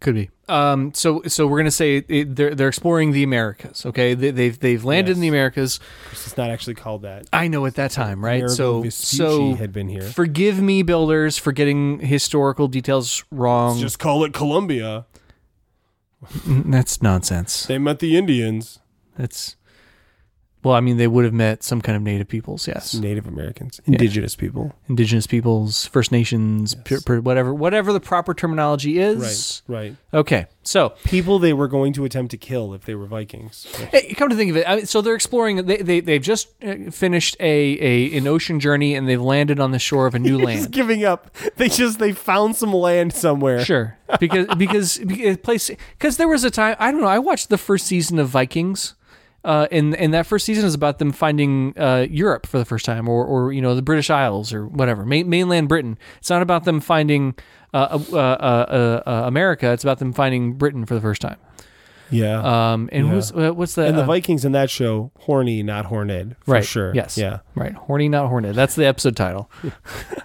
could be. Um, so so we're gonna say it, they're they're exploring the Americas. Okay, they, they've they've landed in Yes. the Americas. It's not actually called that. I know at that time, right? Amerigo So Vespucci so had been here. Forgive me, builders, for getting historical details wrong. Just call it Columbia. That's nonsense. They met the Indians. That's well, I mean, they would have met some kind of native peoples, yes, Native Americans, indigenous people. indigenous peoples, First Nations, pur- pur- whatever, whatever the proper terminology is. right. Okay, so People they were going to attempt to kill if they were Vikings. hey, come to think of it, I mean, so they're exploring. They they they've just uh, finished a, a an ocean journey and they've landed on the shore of a new Just land. giving up. They just they found some land somewhere. Sure, because because because place because there was a time I don't know. I watched the first season of Vikings. Uh, and and that first season is about them finding uh, Europe for the first time, or or you know the British Isles or whatever ma- mainland Britain. It's not about them finding uh, uh, uh, uh, uh, America. It's about them finding Britain for the first time. Yeah. Um, and who's uh, what's the and the uh, Vikings in that show, horny, not horned, for right? sure. Yes. Yeah. Right. Horny, not horned. That's the episode title.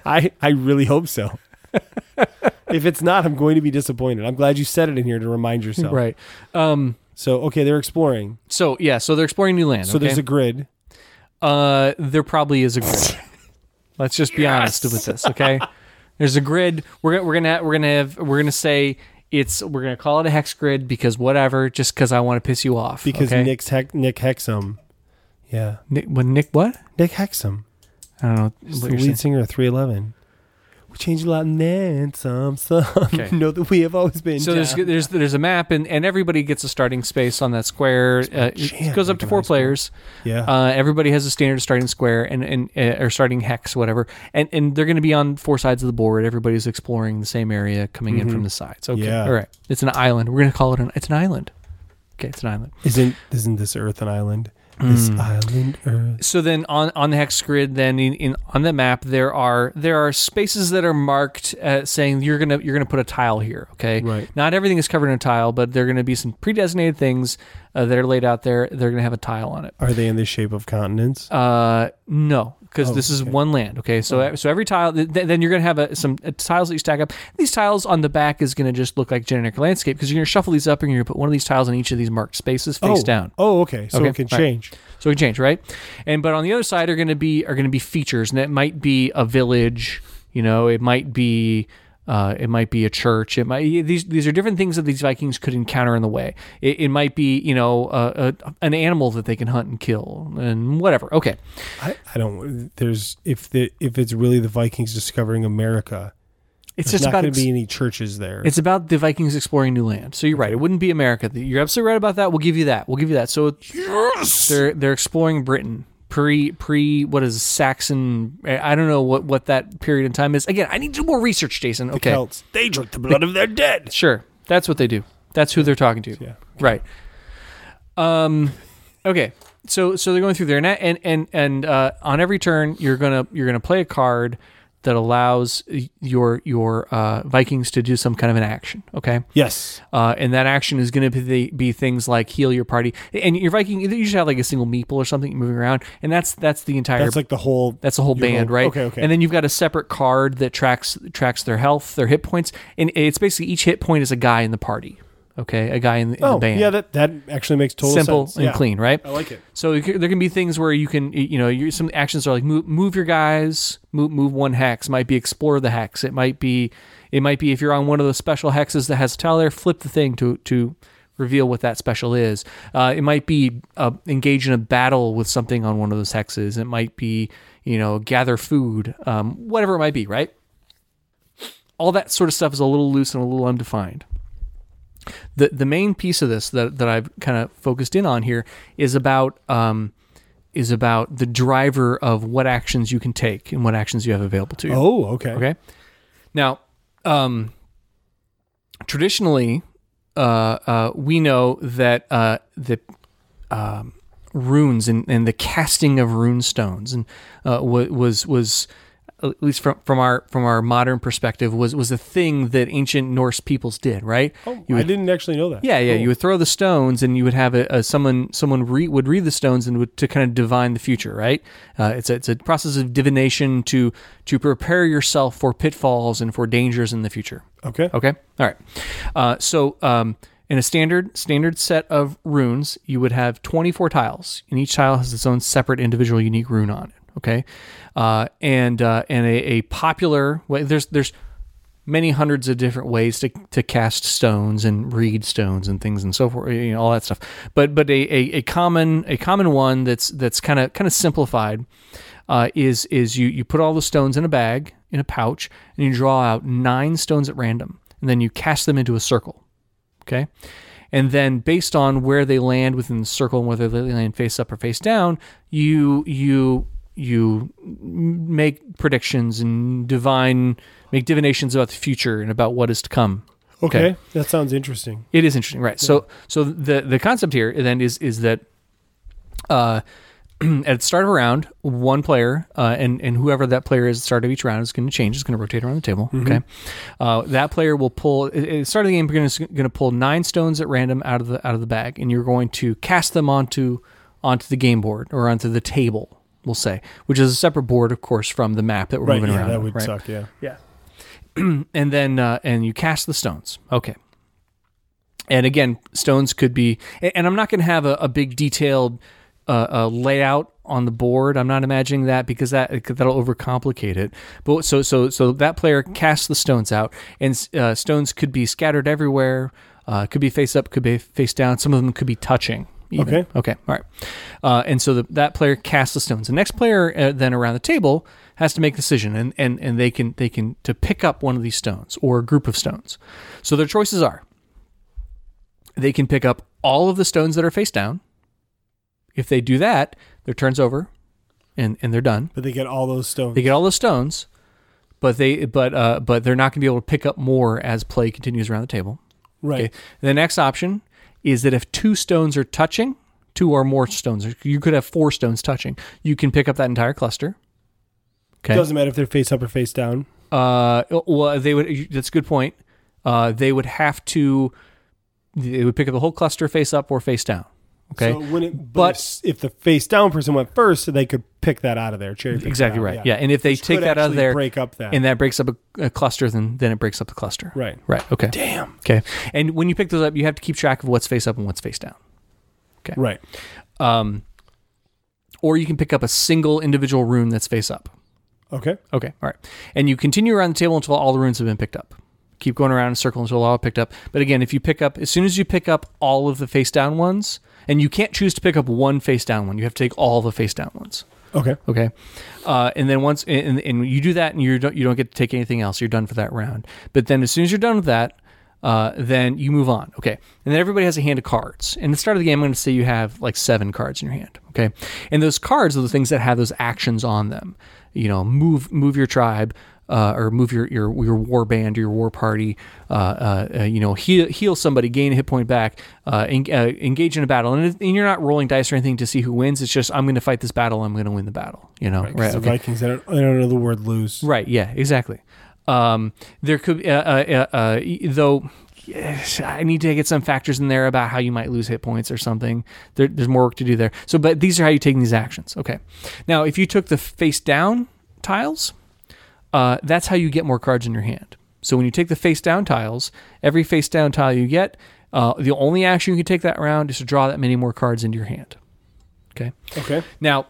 I I really hope so. if it's not, I'm going to be disappointed. I'm glad you said it in here to remind yourself. Right. Um. So okay, they're exploring. So yeah. So they're exploring new land. So okay? there's a grid. uh. There probably is a grid. Let's just be honest with this, okay? There's a grid. We're gonna we're gonna we're gonna have we're gonna say it's we're gonna call it a hex grid because whatever, just because I want to piss you off. because okay? Nick's Hex Nick Hexum, yeah, Nick, when Nick what? Nick Hexum, I don't know. is What the you're saying. lead singer of 311. We changed a lot and then some, some. Okay. know that we have always been. So there's down. there's there's a map and, and everybody gets a starting space on that square. Uh, jam it goes up back to in four high school. players. yeah, Uh, everybody has a standard starting square and and uh, or starting hex, whatever, and and they're going to be on four sides of the board. Everybody's exploring the same area, coming in from the sides. Okay, Mm-hmm. Yeah. all right. It's an island. We're going to call it an. It's an island. Okay, it's an island. isn't isn't this Earth an island? This Mm. island Earth. So then on on the hex grid, then in, in on the map there are there are spaces that are marked uh, saying you're gonna you're gonna put a tile here. Okay, Right. Not everything is covered in a tile, but there are gonna be some pre-designated things uh, that are laid out there. They're gonna have a tile on it. Are they in the shape of continents? Uh, no, because Oh, this is okay. Oh. one land. Okay, so so every tile, th- th- then you're gonna have a, some uh, tiles that you stack up. These tiles on the back is gonna just look like generic landscape because you're gonna shuffle these up and you're gonna put one of these tiles on each of these marked spaces face oh, down. Oh, okay. So Okay, it can all right. change. So we change, right? And but on the other side are going to be are going to be features, and it might be a village, you know, it might be uh, it might be a church. It might these these are different things that these Vikings could encounter in the way. It, it might be you know uh, a, an animal that they can hunt and kill and whatever. Okay, I, I don't. There's if the if it's really the Vikings discovering America, it's there's just not about going to be any churches there. It's about the Vikings exploring new land. So you're right. It wouldn't be America. You're absolutely right about that. We'll give you that. We'll give you that. So they're they're exploring Britain pre pre what is Saxon? I I don't know what what that period in time is. Again, I need to do more research, Jason. Okay, Celts. They drink the blood of their dead. sure. That's what they do. That's who they're talking to. Yeah. Right. Um. Okay. So so they're going through there, and and and, and uh, on every turn, you're gonna you're gonna play a card that allows your your uh, Vikings to do some kind of an action. Okay. Yes. Uh, and that action is going to be, be things like heal your party, and your Viking. You should have like a single meeple or something moving around, and that's that's the entire. That's like the whole. that's the whole your band, whole- right? Okay. Okay. And then you've got a separate card that tracks tracks their health, their hit points, and it's basically each hit point is a guy in the party. Okay, a guy in, in the oh band. yeah, that that actually makes total simple sense. and Yeah. clean, right? I like it. So you can- there can be things where you can, you know, you some actions are like move, move your guys, move, move one hex. Might be explore the hex. It might be, it might be if you're on one of those special hexes that has a tile there, flip the thing to to reveal what that special is. Uh, it might be uh, engage in a battle with something on one of those hexes. It might be, you know, gather food, um, whatever it might be, right? All that sort of stuff is a little loose and a little undefined the the main piece of this that that I've kind of focused in on here is about um is about the driver of what actions you can take and what actions you have available to you. Oh, okay. Okay. Now, um, traditionally, uh, uh, we know that uh, the um, runes and, and the casting of rune stones and uh, wa- was was at least from, from our from our modern perspective was was a thing that ancient Norse peoples did. Right? Oh, You I would- didn't actually know that. yeah, yeah. Cool. You would throw the stones, and you would have a, a someone someone re, would read the stones and would to kind of divine the future, right? Uh, it's a, it's a process of divination to to prepare yourself for pitfalls and for dangers in the future. okay. Okay, all right. Uh, so um, in a standard standard set of runes, you would have twenty four tiles, and each tile has its own separate, individual, unique rune on it. Okay, uh, and uh, and a, a popular way there's there's many hundreds of different ways to, to cast stones and read stones and things and so forth, you know, all that stuff. But but a, a, a common a common one that's that's kind of kind of simplified uh, is is you you put all the stones in a bag in a pouch and you draw out nine stones at random and then you cast them into a circle. Okay. And then based on where they land within the circle and whether they land face up or face down, you you you make predictions and divine make divinations about the future and about what is to come. okay. That sounds interesting. It is interesting, right? So, so the the concept here then is is that, uh, at the start of a round, one player uh, and and whoever that player is at the start of each round is going to change. It's going to rotate around the table. Mm-hmm. Okay, uh, that player will pull at the start of the game. You're going to pull nine stones at random out of the out of the bag, and you're going to cast them onto onto the game board or onto the table. We'll say, which is a separate board, of course, from the map that we're Right. moving Yeah, around. that on, would right? suck. Yeah. and then uh, and you cast the stones. Okay. And again, stones could be, and- and I'm not going to have a, a big detailed a, a layout on the board. I'm not imagining that because that that'll overcomplicate it. But so so so that player casts the stones out, and uh, stones could be scattered everywhere. Uh, could be face up, could be face down. Some of them could be touching. even. Okay. Okay. All right. Uh, and so the, that player casts the stones. The next player uh, then around the table has to make a decision, and, and and they can they can to pick up one of these stones or a group of stones. So their choices are: they can pick up all of the stones that are face down. If they do that, their turn's over, and and they're done. But they get all those stones. They get all the stones, but they but uh but they're not going to be able to pick up more as play continues around the table. right. Okay. The next option is that if two stones are touching, two or more stones, you could have four stones touching. You can pick up that entire cluster. Okay. Doesn't matter if they're face up or face down. uh, well, they would. That's a good point. Uh, they would have to. They would pick up the whole cluster face up or face down. Okay. So when it, But- but, if, if the face down person went first, they could pick that out of there. Cherry pick it Exactly out, right. Yeah. And if they Which take could that out of actually there, break up that. and that breaks up a, a cluster, then then it breaks up the cluster. Right. Right. Okay. Damn. Okay. And when you pick those up, you have to keep track of what's face up and what's face down. Right. Um, or you can pick up a single individual rune that's face up. Okay. Okay, all right. And you continue around the table until all the runes have been picked up. Keep going around in a circle until all are picked up. But again, if you pick up, as soon as you pick up all of the face down ones, and you can't choose to pick up one face down one, you have to take all the face down ones. Okay. Okay, uh, and then once and, and you do that, and you don't you don't get to take anything else. You're done for that round. But then as soon as you're done with that, uh, then you move on. Okay, and then everybody has a hand of cards. And at the start of the game, I'm going to say you have like seven cards in your hand. Okay, and those cards are the things that have those actions on them. You know, move move your tribe. Uh, or move your, your your war band, your war party. Uh, uh, uh, you know, heal, heal somebody, gain a hit point back, uh, en- uh, engage in a battle, and, it, and you're not rolling dice or anything to see who wins. It's just I'm going to fight this battle. I'm going to win the battle. You know, right? 'Cause The okay. Vikings. I don't, I don't know the word lose. Right. Yeah. Exactly. Um, there could uh, uh, uh, uh, though. yes, I need to get some factors in there about how you might lose hit points or something. There, there's more work to do there. So, but these are how you take these actions. Okay. Now, if you took the face down tiles, uh, that's how you get more cards in your hand. So when you take the face down tiles, every face down tile you get, uh, the only action you can take that round is to draw that many more cards into your hand. Okay. Okay. Now,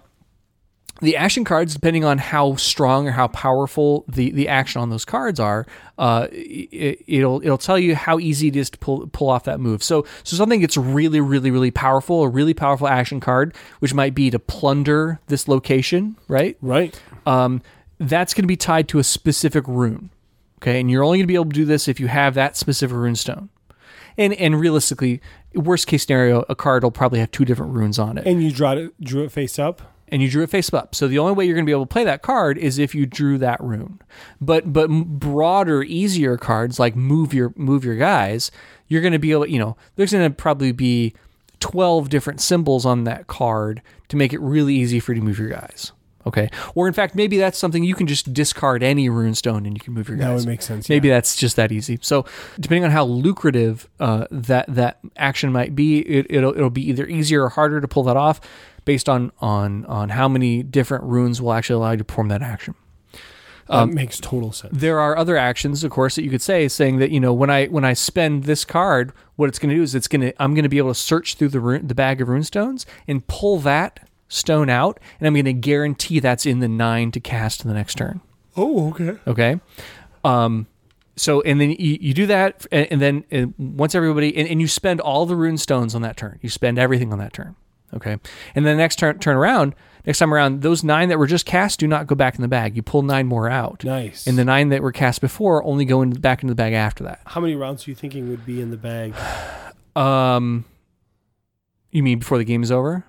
the action cards, depending on how strong or how powerful the, the action on those cards are, uh, it, it'll it'll tell you how easy it is to pull pull off that move. So so something that's really really really powerful, a really powerful action card, which might be to plunder this location, right? Right. um, that's going to be tied to a specific rune. Okay, and you're only going to be able to do this if you have that specific rune stone. And and realistically, worst case scenario, a card will probably have two different runes on it, And you draw it, drew it face up. and you drew it face up. So the only way you're going to be able to play that card is if you drew that rune. But but m- broader, easier cards like move your move your guys, you're going to be able. You know, there's going to probably be twelve different symbols on that card to make it really easy for you to move your guys. Okay, or in fact, maybe that's something you can just discard any rune stone and you can move your That guys. would make sense, Maybe that's just that easy. So depending on how lucrative uh, that that action might be, it, it'll it'll be either easier or harder to pull that off, based on on on how many different runes will actually allow you to perform that action Um, that makes total sense. there are other actions, of course, that you could say, saying that you know when I when I spend this card, what it's going to do is it's going to I'm going to be able to search through the rune, the bag of runestones and pull that stone out, and I'm going to guarantee that's in the nine to cast in the next turn. Oh, okay. Okay. Um, so and then you, you do that, and, and then and once everybody and, and you spend all the rune stones on that turn. You spend everything on that turn. Okay. And then the next turn turn around, next time around, those nine that were just cast do not go back in the bag. You pull nine more out. Nice. And the nine that were cast before only go in, back into the bag after that. How many rounds are you thinking would be in the bag? Um, you mean before the game is over,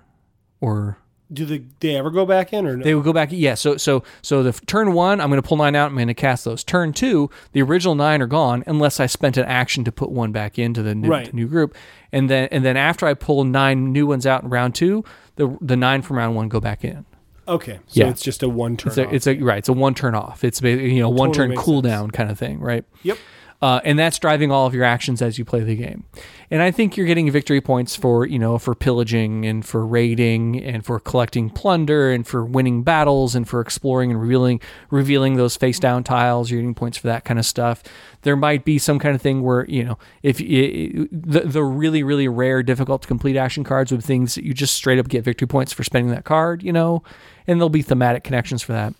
or Do the, they ever go back in or no? they would go back? Yeah. So so so the f- turn one, I'm going to pull nine out. I'm going to cast those. Turn two, the original nine are gone unless I spent an action to put one back into the new, Right. new group. And then and then after I pull nine new ones out in round two, the the nine from round one go back in. okay. So Yeah. it's just a one turn. It's a, it's a right. It's a one turn off. It's ba- you know one Totally turn makes cooldown sense. kind of thing, right? yep. uh, and that's driving all of your actions as you play the game. And I think you're getting victory points for you know for pillaging and for raiding and for collecting plunder and for winning battles and for exploring and revealing revealing those face down tiles. You're getting points for that kind of stuff. There might be some kind of thing where you know if you, the the really really rare difficult to complete action cards with things that you just straight up get victory points for spending that card. You know, and there'll be thematic connections for that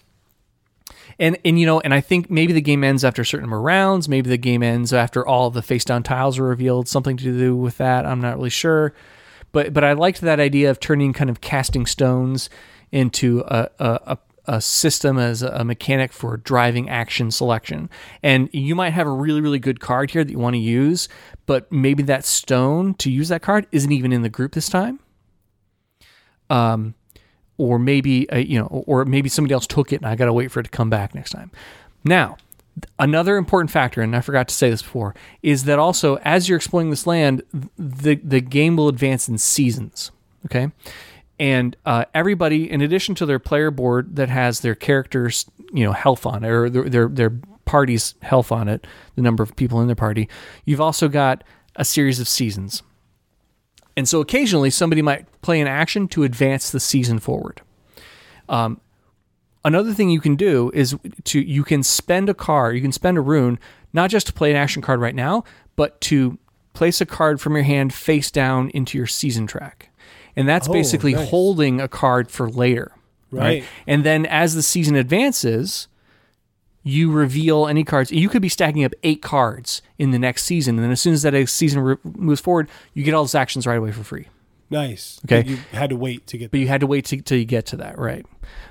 and and you know and i think maybe the game ends after a certain number of rounds maybe the game ends after all the face down tiles are revealed something to do with that i'm not really sure but but i liked that idea of turning kind of casting stones into a a, a a system as a mechanic for driving action selection. And you might have a really, really good card here that you want to use, but maybe that stone to use that card isn't even in the group this time or maybe uh, you know, or maybe somebody else took it and I got to wait for it to come back next time. Now, th- another important factor, and I forgot to say this before, is that also as you're exploring this land, th- the the game will advance in seasons. Okay, and uh, everybody, in addition to their player board that has their characters, you know, health on it or their their, their party's health on it, the number of people in their party, you've also got a series of seasons. And so occasionally somebody might play an action to advance the season forward. Um, another thing you can do is to you can spend a card, you can spend a rune, not just to play an action card right now, but to place a card from your hand face down into your season track. And that's Oh, basically nice. holding a card for later. Right. And then as the season advances, you reveal any cards. You could be stacking up eight cards in the next season. And then as soon as that next season re- moves forward, you get all those actions right away for free. Nice. Okay. But You had to wait to get But that. you had to wait till, till you get to that, right?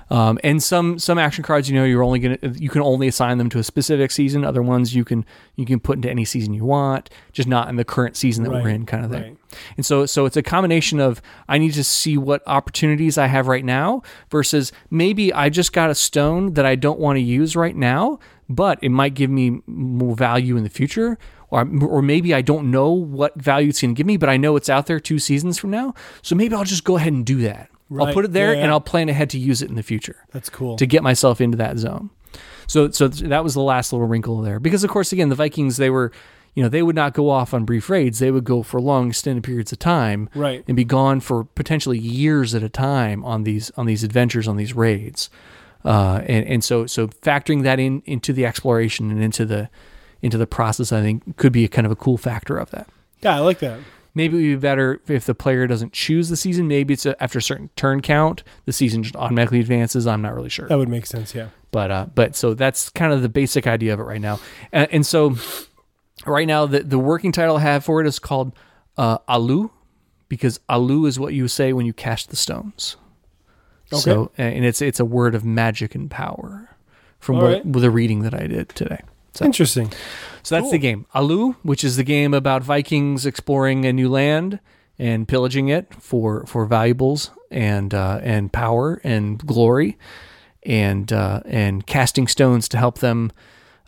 Um, and some some action cards, you know, you're only gonna you can only assign them to a specific season. Other ones you can you can put into any season you want, just not in the current season that we're Right, in, kind of thing. right. And so so it's a combination of I need to see what opportunities I have right now versus maybe I just got a stone that I don't want to use right now, but it might give me more value in the future. Or, or maybe I don't know what value it's going to give me, but I know it's out there two seasons from now. So maybe I'll just go ahead and do that. I'll Right, put it there yeah. and I'll plan ahead to use it in the future That's cool. to get myself into that zone. So so th- that was the last little wrinkle there. Because of course again the Vikings they were you know they would not go off on brief raids. They would go for long extended periods of time Right. and be gone for potentially years at a time on these on these adventures on these raids. Uh, and and so so factoring that in into the exploration and into the into the process I think could be a kind of a cool factor of that yeah, I like that. maybe it would be better if the player doesn't choose the season. Maybe it's a, after a certain turn count, the season just automatically advances. I'm not really sure, That would make sense. Yeah. but uh, but so that's kind of the basic idea of it right now. And, and so right now, the the working title I have for it is called uh, Alu, because Alu is what you say when you cast the stones. Okay. So and it's it's a word of magic and power from All what, right. with the reading that I did today. So Interesting. so that's the game. Alu, which is the game about Vikings exploring a new land and pillaging it for for valuables and uh, and power and glory, and uh, and casting stones to help them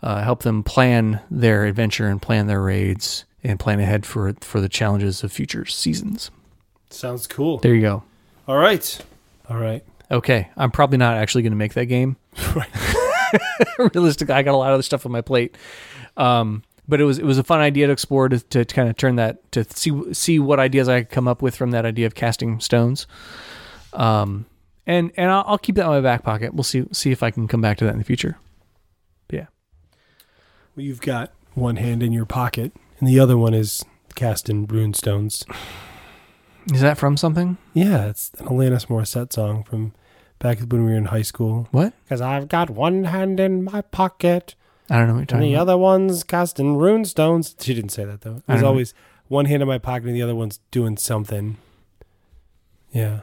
uh, help them plan their adventure and plan their raids and plan ahead for for the challenges of future seasons. Sounds cool. There you go. All right. All right. Okay, I'm probably not actually going to make that game. Realistically, I got a lot of other stuff on my plate. Um, but it was it was a fun idea to explore to, to, kind of turn that to see see what ideas I could come up with from that idea of casting stones. Um, and and I'll, I'll keep that in my back pocket. We'll see see if I can come back to that in the future. Yeah. Well, you've got one hand in your pocket, and the other one is cast in runestones. Is that from something? Yeah, it's an Alanis Morissette song from back when we were in high school. What? Because I've got one hand in my pocket, I don't know what you're and talking the about. other one's cast in runestones. She didn't say that, though. It I don't was know. always one hand in my pocket, and the other one's doing something. Yeah.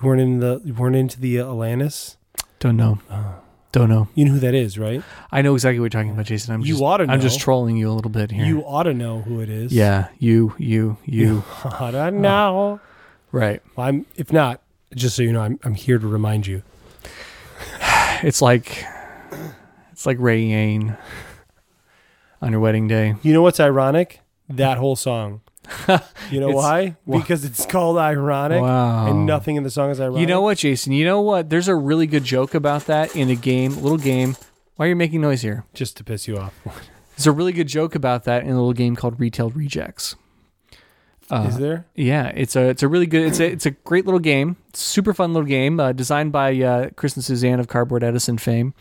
You weren't, in the, you weren't into the Alanis? Don't know. Uh. Don't know. You know who that is, right? I know exactly what you're talking about, Jason. I'm You just, oughta I'm just know. trolling you a little bit here. You ought to know who it is. yeah. You. You. You. ought to know. right. Well, I'm if not, just so you know, I'm I'm here to remind you. It's like it's like Ray Yane on your wedding day. You know what's ironic? That whole song. You know It's- why? wha- Because it's called ironic, Wow. and nothing in the song is ironic. You know what, Jason? You know what? There's a really good joke about that in a game, little game. Why are you making noise here? Just to piss you off. There's a really good joke about that in a little game called Retail Rejects. Uh, Is there? Yeah, it's a it's a really good it's a it's a great little game, super fun little game uh, designed by uh, Chris and Suzanne of Cardboard Edison fame,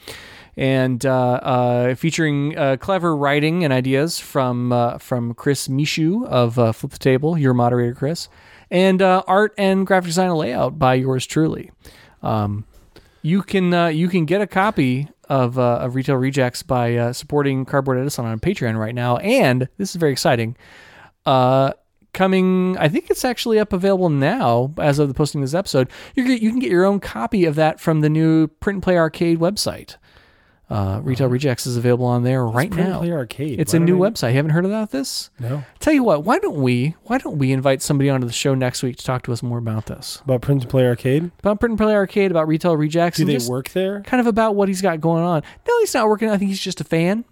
and uh, uh, featuring uh, clever writing and ideas from uh, from Chris Michu of uh, Flip the Table, your moderator Chris, and uh, art and graphic design and layout by yours truly. Um, you can uh, you can get a copy of uh, of Retail Rejects by uh, supporting Cardboard Edison on Patreon right now, and this is very exciting. Uh, coming, I think it's actually up available now as of the posting of this episode. You can, you can get your own copy of that from the new Print and Play Arcade website. Uh, Retail Rejects is available on there right Uh-huh. Print and now. Play Arcade. It's Why a new don't I- website. You haven't heard about this? No. Tell you what, why don't we why don't we invite somebody onto the show next week to talk to us more about this? About Print and Play Arcade? About Print and Play Arcade, about Retail Rejects. Do and they just- work there? kind of about what he's got going on. No, he's not working. I think he's just a fan.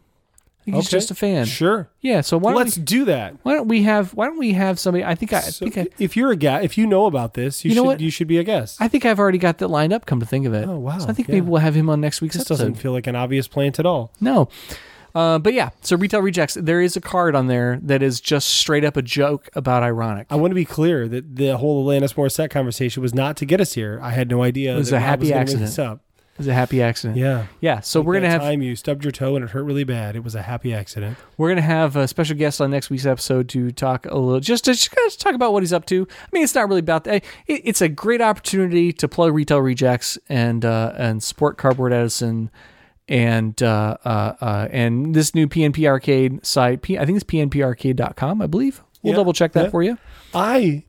I think he's Okay. just a fan. Sure. Yeah. So why Let's don't we, do that. why don't we have why don't we have somebody? I think I, So I think I, if you're a guy, if you know about this, you, You know should what? you should be a guest. I think I've already got that lined up. Come to think of it. Oh, wow. So I think Yeah. maybe we'll have him on next week's this episode. doesn't feel like an obvious plant at all. No. Uh, but yeah, so retail rejects. There is a card on there that is just straight up a joke about ironic. I want to be clear that the whole Alanis Morissette conversation was not to get us here. I had no idea. It was that a Rob happy gonna make accident. this up. It's a happy accident. Yeah. Yeah. So we're gonna have That time you stubbed your toe and it hurt really bad. It was a happy accident. We're gonna have a special guest on next week's episode to talk a little, just to just kind of talk about what he's up to. I mean, it's not really about that. It, it's a great opportunity to plug Retail Rejects and uh, and support Cardboard Edison and uh, uh, uh, and this new PNP Arcade site. P, I think it's pnparcade.com. I believe we'll Yeah, double check that yeah. for you. I.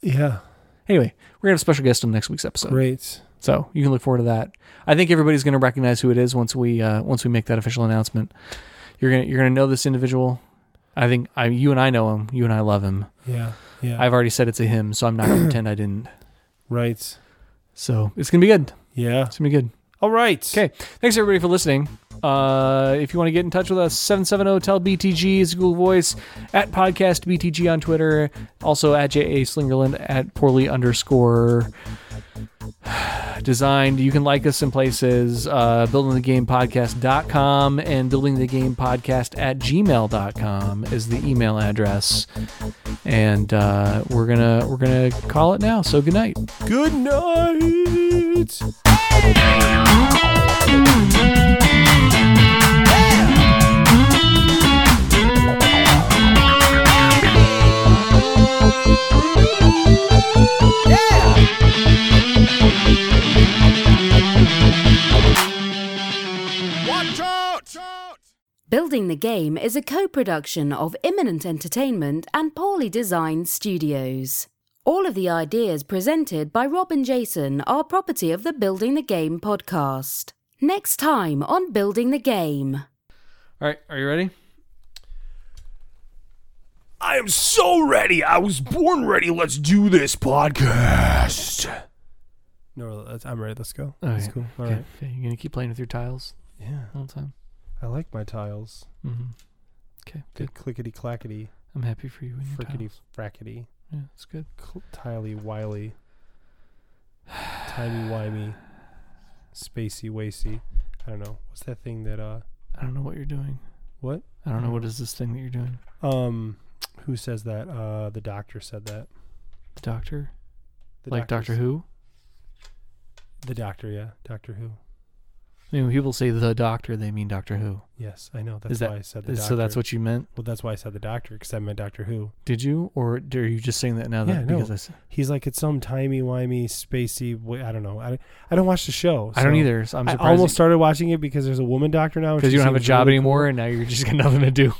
Yeah. Anyway, we're gonna have a special guest on next week's episode, Great. so you can look forward to that. I think everybody's gonna recognize who it is once we uh, once we make that official announcement. You're gonna you're gonna know this individual. I think I, you and I know him. You and I love him. Yeah. Yeah. I've already said it's a him, so I'm not gonna pretend I didn't. right. So it's gonna be good. Yeah. It's gonna be good. All right. Okay. Thanks everybody for listening. Uh, if you want to get in touch with us, 770 tell BTG is Google Voice at podcast BTG on Twitter. Also at JA Slingerland at poorly underscore designed. You can like us in places, uh, buildingthegamepodcast.com and buildingthegamepodcast at gmail.com is the email address. And uh, we're gonna we're gonna call it now. So good night. Good night. Building the Game is a co production of Imminent Entertainment and Poorly Designed Studios. All of the ideas presented by Rob and Jason are property of the Building the Game podcast. Next time on Building the Game. All right, are you ready? I am so ready. I was born ready. Let's do this podcast. No, let's- I'm ready. Let's go. All That's right. cool. All okay. right. Okay, You're gonna keep playing with your tiles Yeah. the whole time. I like my tiles. Mm-hmm. Okay, good. Clickety clackety, I'm happy for you. And your frickety tiles. frackety, Yeah, it's good. cl- tiley wiley, timey wimey, spacey wacy. I don't know. What's that thing that uh? I don't know what you're doing. What? I don't know Mm-hmm. what is this thing that you're doing. Um, who says that? Uh, the doctor said that. The doctor, The like Doctor s- Who. The doctor, yeah, Doctor Who. I mean, when people say the doctor, they mean Doctor Who. Yes, I know. That's that- why I said the doctor. so that's what you meant. Well, that's why I said the doctor because I meant Doctor Who. Did you, or d- are you just saying Oh, that now? Yeah, that no. because I said He's like it's some timey wimey spacey. wa- I don't know. I, I don't watch the show. I don't so- either. So I'm I surprised almost started watching it because there's a woman doctor now. and because she you don't have a seems job really anymore, cool. and now you're just got nothing to do.